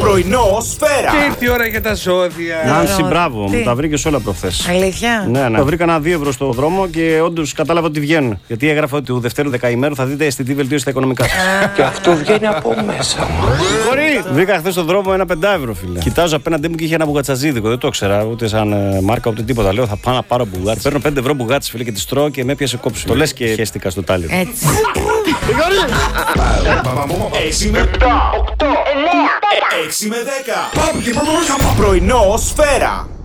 Πρωινό σφαίρα. Και ήρθε η ώρα για τα ζώδια. Νάνση, Ρο- μπράβο, τι? μου τα βρήκες όλα προχθές. Αλήθεια. Ναι, ναι. Τα βρήκα ένα δύο ευρώ στο δρόμο και όντως κατάλαβα ότι βγαίνουν. Γιατί έγραφα ότι του δευτέρου δεκαημέρου θα δείτε αισθητή βελτίωση στα οικονομικά σα. Και αυτό βγαίνει από μέσα μου. Μπορεί! Βρήκα χθες στον δρόμο ένα πεντάευρο, φίλε. Κοιτάζω απέναντί μου και είχε ένα μπουγατσαζίδικο. Δεν το ξέρα ούτε σαν ε, μάρκα ούτε τίποτα. Λέω θα πάω να πάρω μπουγάτσα. Παίρνω 5 ευρώ μπουγάτσα, φίλε, και τη τρώω και με έπιασε κόψη. Το λες και χαίστηκα στο τάλι. Έτσι. Έξι με Ε, 7, 8, 9, 6 με 10. Πρωινό σφαίρα.